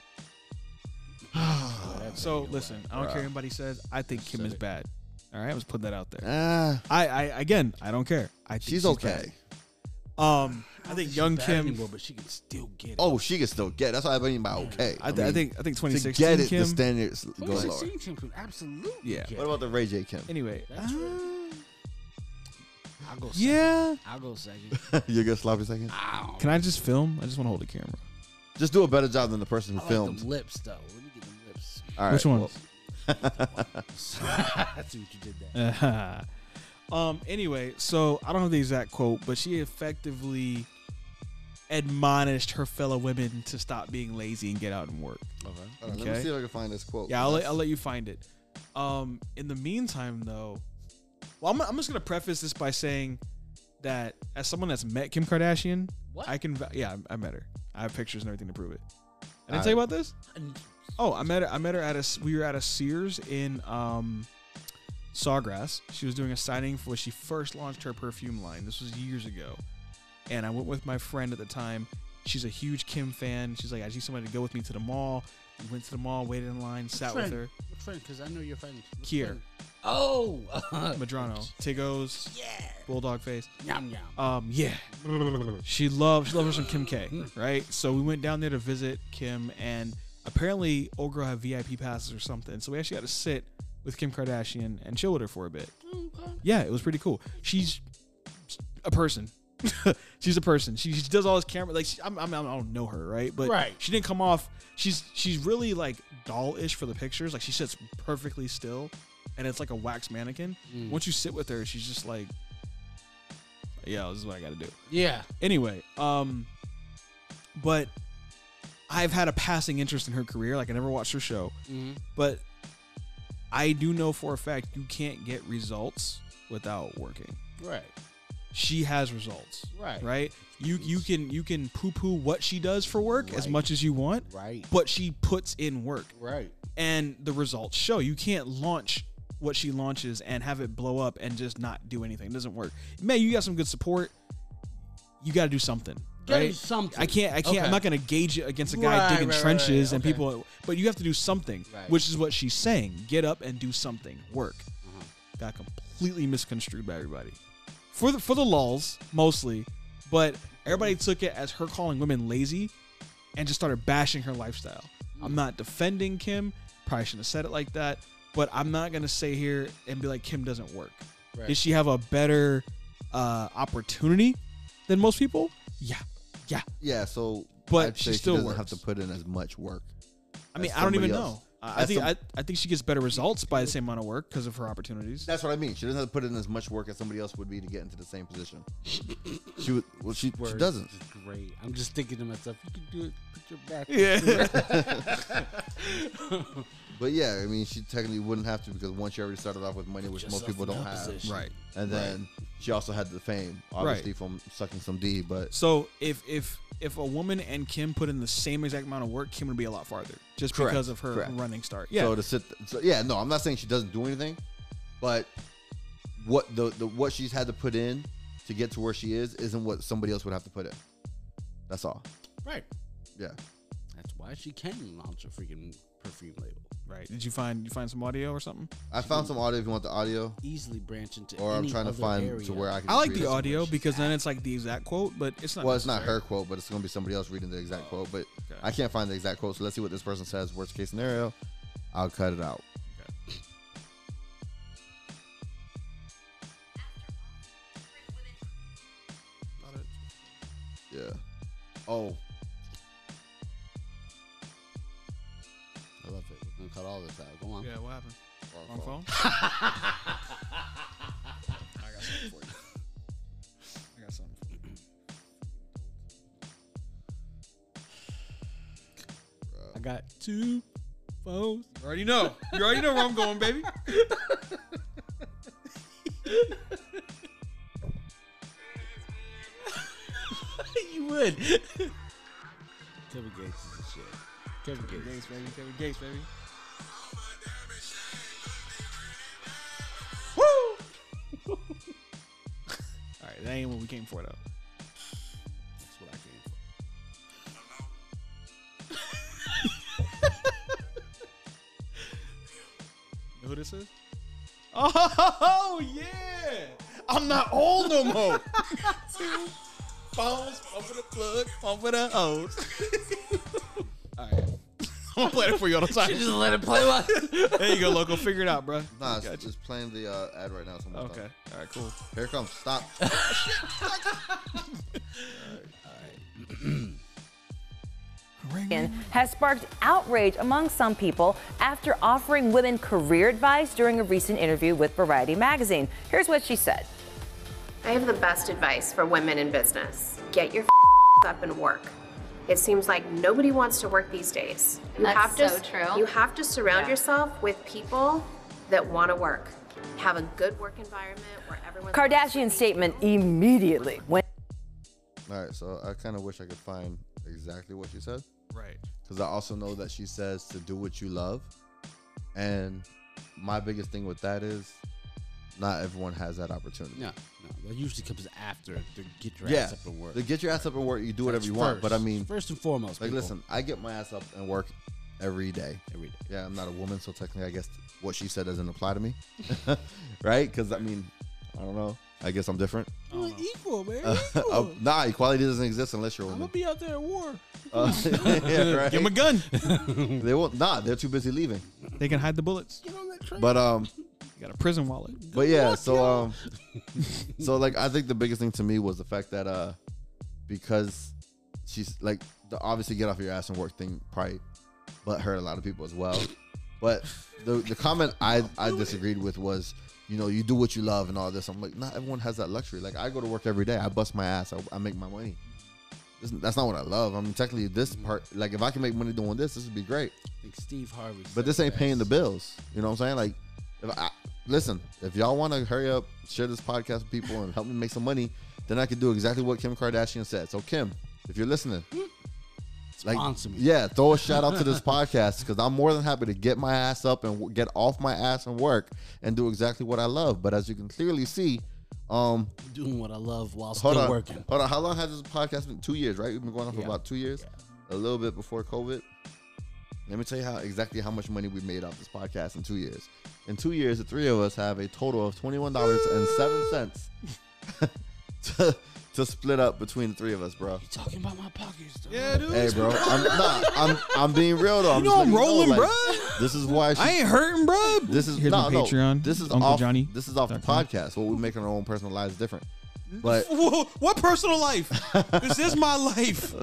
Whatever,
Oh, So
you know,
listen,
whatever.
I don't care
Bruh.
what anybody says. I think Kim
Said
is
it.
bad. All right, let's put that out there.
Ah,
I, I again, I don't care. I think
she's, okay.
bad. Um, I think
She's
young
bad
Kim.
anymore, but she can still get it.
Oh, she can still get. That's why I mean by okay.
I, th- I
mean,
think I think
to
2016
get it,
Kim.
the standards go lower.
2016 Kim can absolutely.
Yeah.
get
What about the Ray J Kim?
anyway,
Ah.
That's true. it. I'll go. Second.
yeah.
I'll go second.
you get sloppy seconds.
Ow.
Can I just film? I just want to hold the camera.
Just do a better job than the person who
I like
filmed.
them lips though. Let me get them lips.
All right,
Which one?
well,
I see what you did there.
um. Anyway, so I don't have the exact quote, but she effectively admonished her fellow women to stop being lazy and get out and work.
all right, Let
Okay.
me see if I can find this quote.
Yeah, I'll let, I'll let you find it. Um, in the meantime, though, well, I'm, I'm just gonna preface this by saying that as someone that's met Kim Kardashian,
What?
I can, va- yeah, I, I met her. I have pictures and everything to prove it. I didn't
All
tell you
right.
about this. Oh, I met her. I met her at a. s- We were at a Sears in um, Sawgrass. She was doing a signing for when she first launched her perfume line. This was years ago, and I went with my friend at the time. She's a huge Kim fan. She's like, I need somebody to go with me to the mall. We went to the mall, waited in line, sat with
friend?
her.
Which friend? Because I know your friend. Which
Kier.
friend? Oh.
Madrano, Tigos,
Yeah.
Bulldog Face.
Yum yum.
Um, yeah. she loved she loved her some Kim K, right? So we went down there to visit Kim, and apparently old girl had VIP passes or something. So we actually got to sit with Kim Kardashian and chill with her for a bit. Yeah, it was pretty cool. She's a person. she's a person. She, she does all this camera like she, I'm, I'm, I don't know her right, but
Right.
she didn't come off. She's she's really like doll-ish for the pictures. Like she sits perfectly still, and it's like a wax mannequin. Once you sit with her, she's just like, yeah, this is what I got to do
Yeah.
anyway um but i've had a passing interest in her career like i never watched her show
Mm-hmm.
but i do know for a fact you can't get results without working
Right.
she has results
Right.
right you you can you can poo poo what she does for work as
Right.
much as you want
Right.
but she puts in work
Right.
and the results show you can't launch what she launches and have it blow up and just not do anything it doesn't work man you got some good support you got to do something
Gotta do
right?
something.
I can't. I can't.
Okay.
I'm not gonna gauge it against a guy
Right,
digging
right, right,
trenches
right,
and
okay.
people. But you have to do something,
Right.
which is what she's saying. Get up and do something. Work.
Mm-hmm.
Got completely misconstrued by everybody for the for the lulls mostly, but everybody
Mm-hmm.
took it as her calling women lazy, and just started bashing her lifestyle. I'm
Mm.
not defending Kim. Probably shouldn't have said it like that. But I'm not gonna say here and be like Kim doesn't work.
Right.
Did she have a better uh, opportunity than most people? Yeah, yeah.
Yeah, so
But
I'd
she
say
still
doesn't have
works.
to put in as much work.
I mean,
as
I don't even
somebody else.
know. I I
As
think
some-
I, I think she gets better results by the same amount of work because of her opportunities.
That's what I mean. She doesn't have to put in as much work as somebody else would be to get into the same position. she would. Well, she, she
Word.
doesn't.
This is great. I'm just thinking to myself, you can do it. Put your back.
Yeah.
But yeah, I mean, she technically wouldn't have to because once she already started off with money, which
Just
most people
off
don't
the
have,
position.
right.
and then she also had the fame, obviously from sucking some D. But
So if if if a woman and Kim put in the same exact amount of work, Kim would be a lot farther just
Correct,
because of her
correct.
running start. Yeah.
so to sit, so yeah, no, I'm not saying she doesn't do anything, but what the, the what she's had to put in to get to where she is isn't what somebody else would have to put in. That's all.
Right.
Yeah.
That's why she can launch a freaking perfume label.
right. Did you find you find some audio or something?
I found some audio if you want the audio,
Easily branch into.
or I'm
any
trying to
other
find
area.
to where I can.
I like
read
the
it.
audio because then it's like the exact quote, but it's not.
Well, it's not
necessary.
her quote, but it's gonna be somebody else reading the exact quote. But
Oh, okay.
I can't find the exact quote, so let's see what this person says. Worst case scenario, I'll cut it out. Yeah. Oh,
I love it. We're gonna cut all this out. Go on.
Yeah. What happened? Wrong phone. I got something for you. I got something. For you.
I got two phones.
You already know. You already know where I'm going, baby.
you would. Kevin Gates is the shit. Kevin Gates.
Gates, baby. Kevin Gates, baby. That ain't what we came for though.
That's what I came for.
You know who this is? Oh yeah! I'm not old no more. Phones, pump with a plug, pump with a hose. All right, I'm gonna play it for you all the time.
Just let it play. while-
There you go, loco. Figure it out, bro.
Nah, it's
Gotcha.
just playing the uh, ad right now. So I'm gonna
Okay.
stop.
All right. Cool.
Here it comes. Stop.
Reagan has sparked outrage among some people after offering women career advice during a recent interview with Variety magazine. Here's what she said.
I have the best advice for women in business. Get your up and work. It seems like nobody wants to work these days. You
That's
have to,
so true.
You have to surround
Yeah.
yourself with people that want to work. Have a good work environment where everyone.
Kardashian's statement immediately went
All right. So I kind of wish I could find exactly what she said.
Right.
because I also know that she says to do what you love. And my biggest thing with that is not everyone has that opportunity.
no, no. That usually comes after to get your
Yeah.
ass up and work.
To get your ass up and work, you do whatever
That's
you want. But I
first.
mean,
first and foremost,
like,
people.
listen, I get my ass up and work every day.
every day.
Yeah, I'm not a woman, so technically, I guess what she said doesn't apply to me. right? Because, I mean, I don't know. I guess I'm different.
You're equal, man.
Uh, nah, equality doesn't exist unless you're a woman.
be out there at war.
Uh, yeah, right?
Give him a gun.
they won't. Nah, they're too busy leaving.
they can hide the bullets.
But, um,
You got a prison wallet.
But yeah, so um, so like I think the biggest thing to me was the fact that uh, because she's like the obviously get off your ass and work thing probably, but hurt a lot of people as well. But the the comment I I disagreed with was you know you do what you love and all this. I'm like not everyone has that luxury. Like I go to work every day. I bust my ass. I, I make my money. This- That's not what I love. I mean, technically, this part, like, if I can make money doing this, this would be great.
Like Steve Harvey.
But this
said
ain't paying the
best.
bills. You know what I'm saying? Like, if I, listen, if y'all want to hurry up, share this podcast with people and help me make some money, then I can do exactly what Kim Kardashian said. So, Kim, if you're listening,
Sponsor me.
yeah, throw a shout out to this podcast because I'm more than happy to get my ass up and w- get off my ass and work and do exactly what I love. But as you can clearly see, um,
Doing what I love while
hold
still
on,
working.
hold on. How long has this podcast been? Two years, right? We've been going on for
Yeah.
about two years, a little bit before COVID. Let me tell you how exactly how much money we made off this podcast in two years. In two years, the three of us have a total of twenty one dollars and seven cents to to split up between the three of us, bro.
You talking about my pockets, though.
Yeah, dude.
Hey, bro, I'm not. I'm I'm being real though. I'm
You
just
know I'm
letting
rolling,
like,
bruh.
This is why she
I ain't hurting, bro.
this is
Here's
no,
my
no.
Patreon,
This is
Uncle
off,
Johnny.
This is off the
com.
podcast. What we make in our own personal lives different, but
Whoa, what personal life? this is my life.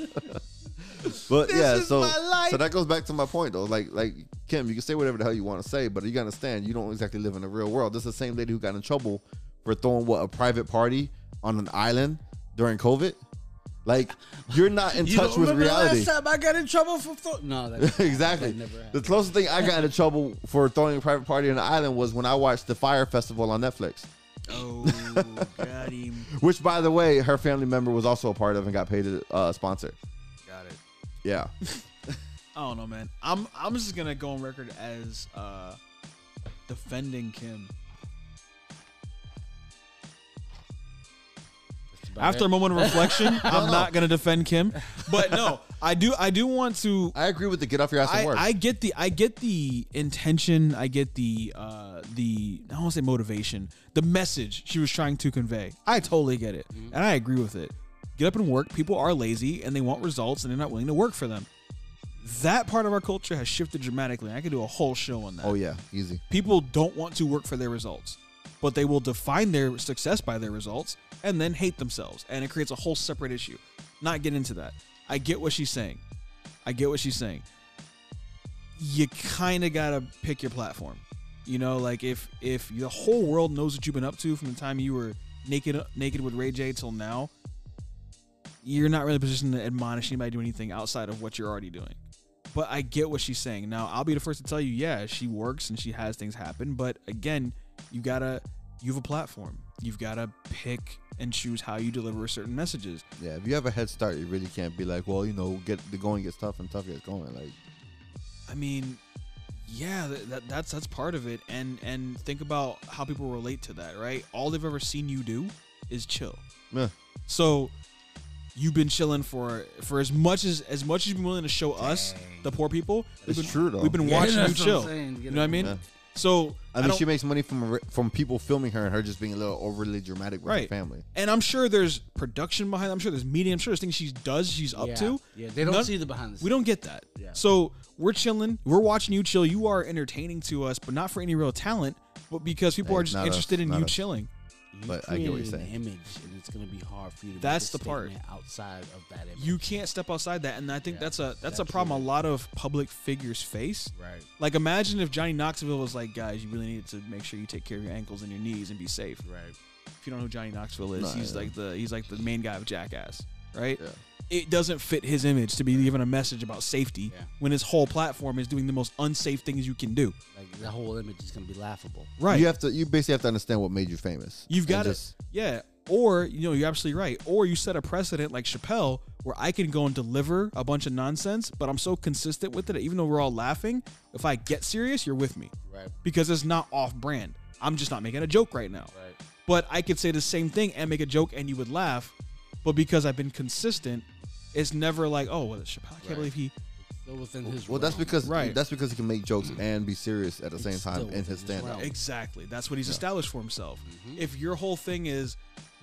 But
This
yeah,
is
so
my life.
so that goes back to my point though. Like like Kim, you can say whatever the hell you want to say, but you gotta understand you don't exactly live in the real world. This is the same lady who got in trouble for throwing what a private party on an island during COVID. Like you're not in
You
touch
don't
with
remember
reality.
The last time I got in trouble for throw- no, that,
exactly.
That never
The
happened.
closest thing I got into trouble for throwing a private party on an island was when I watched the Fire Festival on Netflix.
Oh, got him.
Which, by the way, her family member was also a part of and got paid to uh, sponsor.
Got it.
Yeah.
I don't know, man. I'm I'm just gonna go on record as uh defending Kim. After a moment of reflection, I'm not gonna defend Kim. But no, I do I do want to
I agree with the get off your ass and
I,
work.
I get the I get the intention. I get the uh the I don't want to say motivation. The message she was trying to convey. I totally get it,
Mm-hmm.
and I agree with it. Get up and work. People are lazy and they want results, and they're not willing to work for them. That part of our culture has shifted dramatically. I could do a whole show on that.
oh yeah, easy.
People don't want to work for their results, but they will define their success by their results and then hate themselves. And it creates a whole separate issue. Not get into that. I get what she's saying. I get what she's saying. You kind of got to pick your platform. You know, like if if the whole world knows what you've been up to from the time you were naked naked with Ray J till now, you're not really positioned to admonish anybody to do anything outside of what you're already doing. But I get what she's saying. Now, I'll be the first to tell you, yeah, she works and she has things happen. But again, you gotta, you have a platform. You've gotta pick and choose how you deliver certain messages.
Yeah, if you have a head start, you really can't be like, well, you know, get the going gets tough and tough gets going. Like,
I mean, yeah, that, that that's that's part of it. And and think about how people relate to that, right? All they've ever seen you do is chill.
Yeah.
So you've been chilling for for as much as as much as you've been willing to show us the poor people.
It's
we've been,
true, though.
We've been
Yeah,
watching you
that's what I'm
chill.
saying.
You
Get
know what I
it.
mean?
Yeah.
So
I mean,
don't-
she makes money from from people filming her and her just being a little overly dramatic with her
right
family.
And I'm sure there's production behind. I'm sure there's media. I'm sure there's things she does. She's up
Yeah.
to.
Yeah, they don't see the behind the
We don't get that.
Yeah.
So we're chilling. We're watching you chill. You are entertaining to us, but not for any real talent, but because people
Hey,
are just
not us,
interested in
not
you
us.
chilling.
You
But I get what
created
you're
an
saying.
Image, and it's gonna be hard for you. To make
That's
a
the part.
statement outside of that image.
You can't step outside that, and I think
Yeah,
that's a that's a problem a
absolutely.
lot of public figures face.
right.
Like imagine if Johnny Knoxville was like, guys, you really need to make sure you take care of your ankles and your knees and be safe.
Right.
If you don't know who Johnny Knoxville is,
Nah,
he's
yeah.
like the he's like the main guy of Jackass, right? It doesn't fit his image to be given a message about safety
Yeah.
when his whole platform is doing the most unsafe things you can do.
Like the whole image is gonna be laughable.
Right.
You have to. You basically have to understand what made you famous.
You've
And
got to,
just-
yeah. Or you know, you're absolutely right. Or you set a precedent like Chappelle, where I can go and deliver a bunch of nonsense, but I'm so consistent with it. that Even though we're all laughing, if I get serious, you're with me,
Right.
because it's not off-brand. I'm just not making a joke right now.
Right.
But I could say the same thing and make a joke, and you would laugh. But because I've been consistent, it's never like, oh, well, it's Chappelle. I can't
Right.
believe he.
Still within his.
Well, that's
realm.
because
Right.
that's because he can make jokes and be serious at the same
It's
time
still
in his
within his
stand up.
realm.
Exactly. That's what he's established for himself.
Mm-hmm.
If your whole thing is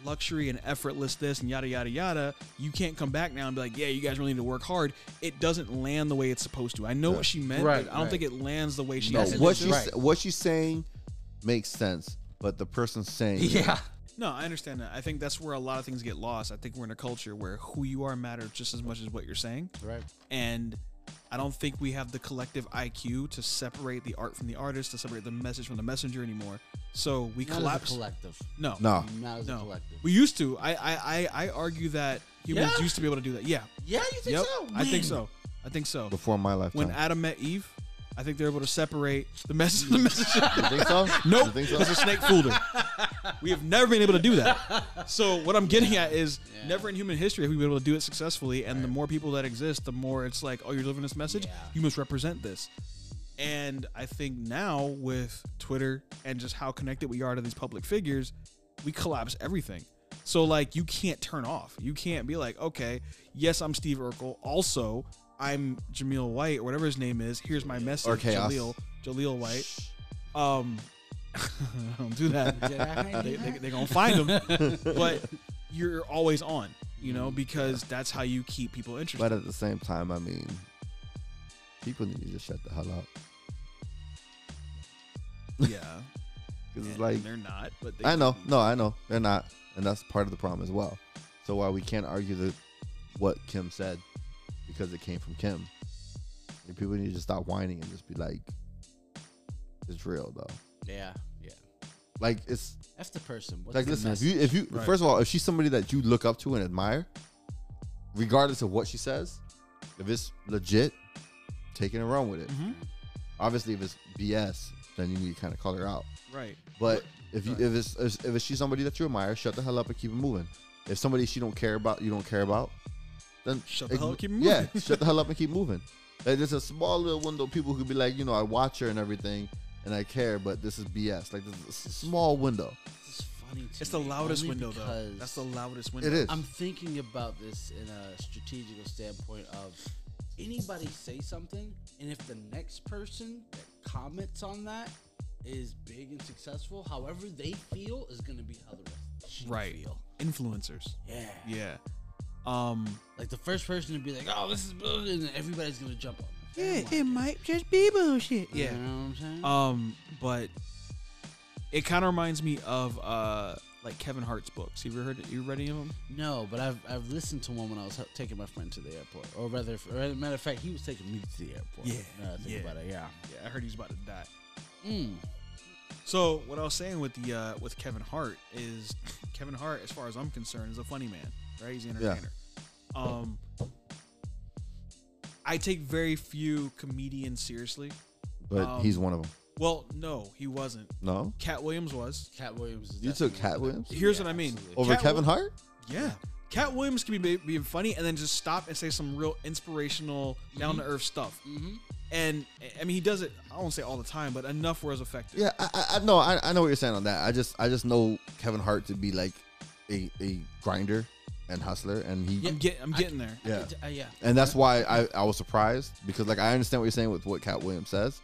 luxury and effortless this and yada yada yada, you can't come back now and be like, yeah, you guys really need to work hard. It doesn't land the way it's supposed to. I know what she meant,
Right,
but I don't
right.
think it lands the way she.
No,
meant it
what
to.
she's what she's saying makes sense, but the person saying it
Yeah.
No, I understand that. I think that's where a lot of things get lost. I think we're in a culture where who you are matters just as much as what you're saying.
Right.
and I don't think we have the collective IQ to separate the art from the artist, to separate the message from the messenger anymore. So we
Not as
collapse.
a collective.
no,
No.
Not as a
no.
collective.
We used to. I, I, I, I argue that humans
Yeah?
used to be able to do that. Yeah.
Yeah, you think
yep.
so?
I
When?
think so. I think so.
before my lifetime.
When Adam met Eve, I think they're able to separate the message from the messenger.
you think so?
Nope,
You think
because
so?
the snake fooled her. We have never been able to do that. So what I'm getting at is, never in human history have we been able to do it successfully. And the more people that exist, the more it's like, oh, you're delivering this message. You must represent this. And I think now with Twitter and just how connected we are to these public figures, we collapse everything. So like, you can't turn off. You can't be like, okay, yes, I'm Steve Urkel. Also, I'm Jameel White or whatever his name is. Here's my message,
Or Chaos.
Jaleel. Jaleel White. Um, don't do that. they, they, they're gonna find them, but you're always on, you know, because that's how you keep people interested.
But at the same time, I mean, people need to just shut the hell up.
yeah,
'Cause it's
And
like
they're not. But they
I know,
could be.
no, I know, they're not, and that's part of the problem as well. So why we can't argue the what Kim said because it came from Kim. And people need to just stop whining and just be like, it's real though.
Yeah. Yeah.
Like it's
That's the person. What's
like
the
listen, if
message?
you if you
Right.
first of all, if she's somebody that you look up to and admire, regardless of what she says, if it's legit, take it and run with it.
Mm-hmm.
Obviously, if it's BS, then you need to kind of call her out.
right?
But if you, if it's if it's she's somebody that you admire, shut the hell up and keep it moving. If somebody she don't care about, you don't care about, then
Shut the hell up, keep it
Yeah,
moving.
shut the hell up and keep moving. Like, there's a small little window people could be like, you know, I watch her and everything, and I care, but this is BS. Like this is a small window.
This is funny to
It's the
me,
loudest
only
window though.
because
That's the loudest window.
is.
I'm thinking about this in a strategical standpoint of anybody say something, and if the next person that comments on that is big and successful, however they feel is going to be how the rest of the sheep
right.
feel.
Influencers.
Yeah.
Yeah. Um.
Like the first person to be like, oh, this is bull," and then everybody's going to jump on the bandwagon.
might just be bullshit.
You
Yeah.
know what I'm saying?
Um. But it kind of reminds me of uh like Kevin Hart's books. You ever heard? You read any of them?
no, but I've, I've listened to one when I was h- taking my friend to the airport. Or rather, if- or as a matter of fact, he was taking me to the airport.
Yeah,
Now that I think
yeah.
about it, yeah.
Yeah. I heard he's about to die.
Mm.
So what I was saying with the uh, with Kevin Hart is Kevin Hart, as far as I'm concerned, is a funny man, right? He's an
Yeah.
entertainer. Um, I take very few comedians seriously.
But
Um,
he's one of them.
Well, no, he wasn't.
No,
Cat Williams was.
Cat Williams is
you took
definitely
Cat
one of
Williams
them.
Here's
Yeah,
what I mean.
absolutely.
over
Cat
Kevin
Wil-
Hart.
Yeah. Cat Williams can be being funny and then just stop and say some real inspirational, down
Mm-hmm.
to earth stuff. And I mean, he does it. I won't say all the time, but enough where it's effective.
Yeah, I, I, I know. I, I know what you're saying on that. I just I just know Kevin Hart to be like a, a grinder and hustler, and he
I'm, get, I'm getting there.
yeah.
Uh, yeah.
And that's why I, I was surprised because like I understand what you're saying with what Cat Williams says,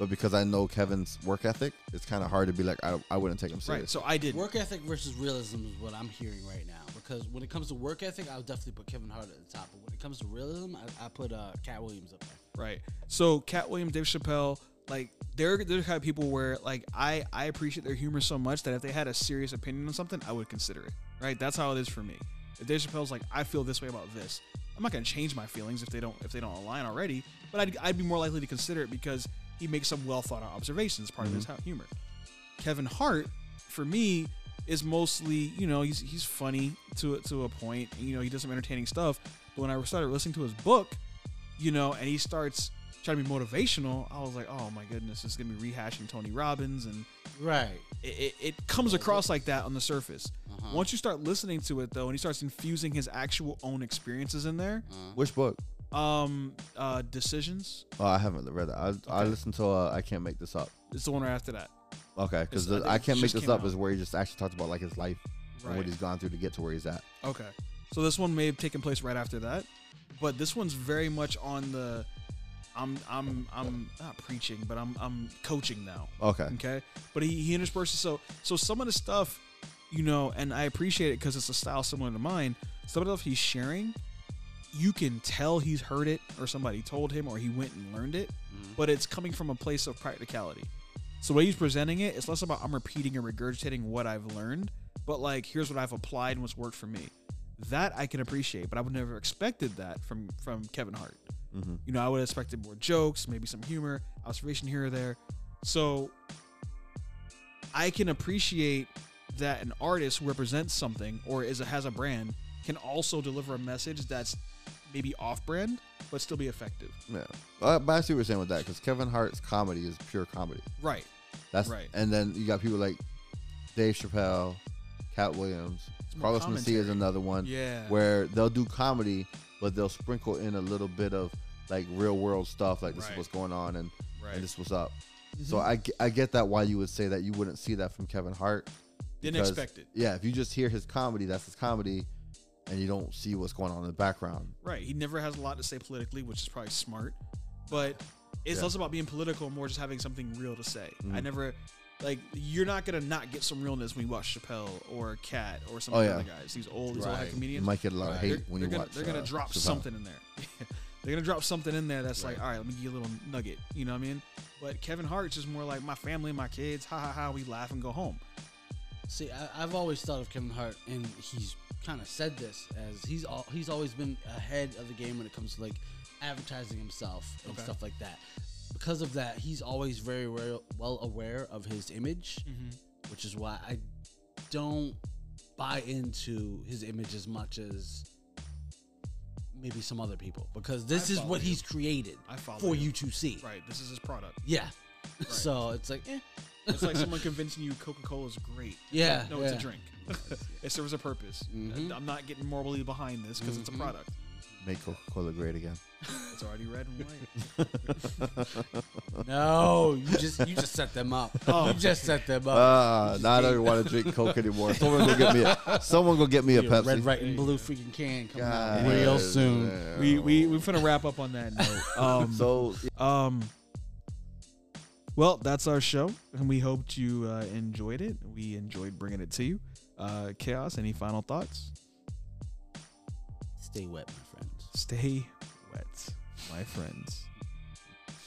but because I know Kevin's work ethic, it's kind of hard to be like I, I wouldn't take him serious.
Right. So I did.
Work ethic versus realism is what I'm hearing right now. Because when it comes to work ethic, I'll definitely put Kevin Hart at the top. But when it comes to realism, I, I put uh, Cat Williams up there.
Right. So Cat Williams, Dave Chappelle, like they're they're the kind of people where like I I appreciate their humor so much that if they had a serious opinion on something, I would consider it. Right. That's how it is for me. If Dave Chappelle's like I feel this way about this, I'm not gonna change my feelings if they don't if they don't align already. But I'd I'd be more likely to consider it because he makes some well thought out observations. Part of his hu- humor. Kevin Hart, for me, is mostly you know he's he's funny to to a point. You know he does some entertaining stuff. But when I started listening to his book, you know, and he starts trying to be motivational, I was like, oh my goodness, it's gonna be rehashing Tony Robbins, and
Right.
it, it, it comes across like that on the surface. Once you start listening to it though, and he starts infusing his actual own experiences in there,
Which book?
um, uh, decisions
Oh, I haven't read that. I, I listened to uh, I can't make this up.
is the one right after that.
Okay, because
It's- I think
I
it
can't make
just
this
came
up
out.
is where he just actually talked about like his life and
Right.
what he's gone through to get to where he's at.
Okay. So this one may have taken place right after that, but this one's very much on the I'm I'm I'm not preaching, but I'm I'm coaching now.
Okay.
Okay. But he, he intersperses so so some of the stuff, you know, and I appreciate it because it's a style similar to mine. Some of the stuff he's sharing, you can tell he's heard it or somebody told him or he went and learned it, but it's coming from a place of practicality. So the way he's presenting it, it's less about I'm repeating and regurgitating what I've learned, but like here's what I've applied and what's worked for me. That I can appreciate, but I would never expected that from from Kevin Hart. You know, I would have expected more jokes, maybe some humor, observation here or there. So I can appreciate that an artist who represents something or is has a brand can also deliver a message that's maybe off brand but still be effective.
Yeah. But, but I see what you're saying with that because Kevin Hart's comedy is pure comedy.
Right.
That's
Right.
And then you got people like Dave Chappelle, Cat Williams,
more
Carlos Mencia is
commentary.
another one.
Yeah.
Where they'll do comedy, but they'll sprinkle in a little bit of like real world stuff, like this
Right.
is what's going on and, and
Right. Mm-hmm.
this is what's up. So I, ge- I get that why you would say that you wouldn't see that from Kevin Hart.
Didn't
because-
expect it.
Yeah, if you just hear his comedy, that's his comedy, and you don't see what's going on in the background.
Right. He never has a lot to say politically, which is probably smart. But it's
Yeah. Mm-hmm.
less about being political, more just having something real to say. I never like you're not gonna not get some realness when you watch Chappelle or Cat or some
Oh,
of
yeah.
the other guys. These old, these old
Right.
high comedians.
You might get a lot of hate
They're-
when
they're
you
gonna,
watch.
They're gonna
uh,
drop
Chappelle.
something in there. they're gonna drop something in there that's like, all right, let me give you a little nugget. You know what I mean? But Kevin Hart's just more like my family, my kids, ha ha ha. We laugh and go home.
See, I, I've always thought of Kevin Hart, and he's kind of said this as he's all, he's always been ahead of the game when it comes to like advertising himself and
Okay.
stuff like that. Because of that, he's always very well- well aware of his image,
Mm-hmm.
which is why I don't buy into his image as much as maybe some other people because this is
follow
what
you.
he's created
I follow
for
you.
you to see.
Right. This is his product.
Yeah. So it's like, eh.
It's like someone convincing you Coca Cola is great.
Yeah,
No, it's a
yeah. Mm-hmm.
drink. it serves a purpose. I'm not getting morally behind this because it's a product.
Make Coca Cola great again.
It's already red and white.
No, you just you just set them up. you just set them
Uh,
up.
Ah, now I don't even want to drink Coke anymore. Someone go get me. A, someone go get me a Pepsi.
Red, right, and blue freaking can coming
God.
out real
Yeah.
soon.
we we we're gonna wrap up on that note. Um,
Oh. So yeah,
Um. Well, that's our show, and we hoped you uh, enjoyed it. We enjoyed bringing it to you. Uh, Chaos, any final thoughts?
Stay wet, my friends.
Stay wet, my friends.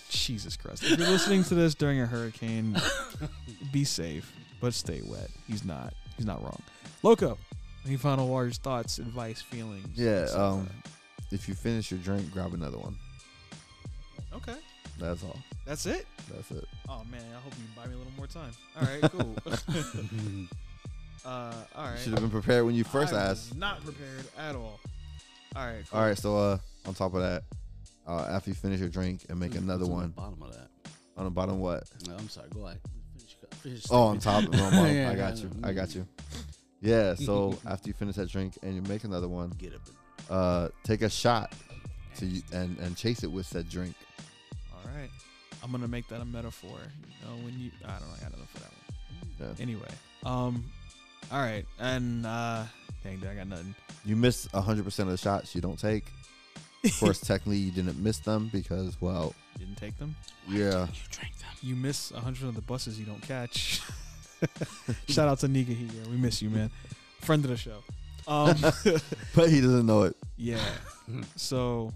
Jesus Christ. If you're listening to this during a hurricane, be safe, but stay wet. He's not. He's not wrong. Loco, any final words, thoughts, advice, feelings?
yeah.
etc.?
Um, if you finish your drink, grab another one.
okay.
That's all.
That's it?
That's it.
Oh, man. I hope you buy me a little more time. All right, cool. uh, all right.
Should have been prepared when you first
I was
asked.
Not prepared at all. All right.
All right. So uh, on top of that, uh, after you finish your drink and make another
What's on the
one
bottom of that.
on the bottom, what?
No, I'm sorry. Go ahead. Finish- finish
Oh, on
statement.
top. No, on bottom.
Yeah,
I got
yeah,
you.
yeah.
I got you. Yeah. So after you finish that drink and you make another one,
Get up. and-
uh, take a shot to you and and chase it with said drink.
All right. I'm gonna make that a metaphor. You know, when you, I don't know, I got enough for that one.
Yeah.
Anyway, um, All right, and uh, dang, dude, I got nothing.
You miss 100% of the shots you don't take. Of course, technically, you didn't miss them because, well,
Didn't take them.
yeah.
You drink them.
You miss 100 of the buses you don't catch. Shout out to Nika here. We miss you, man. Friend of the show. Um,
But he doesn't know it.
yeah. So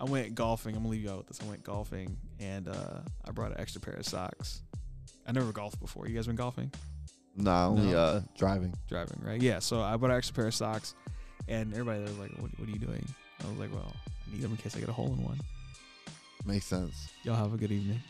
I went golfing. I'm gonna leave you out with this. I went golfing and uh, I brought an extra pair of socks. I never golfed before. You guys been golfing?
Nah, only
No.
uh, driving.
driving, right? Yeah. So I bought an extra pair of socks, and everybody there was like, "What, what are you doing?" I was like, "Well, I need them in case I get a hole in one."
Makes sense.
Y'all have a good evening.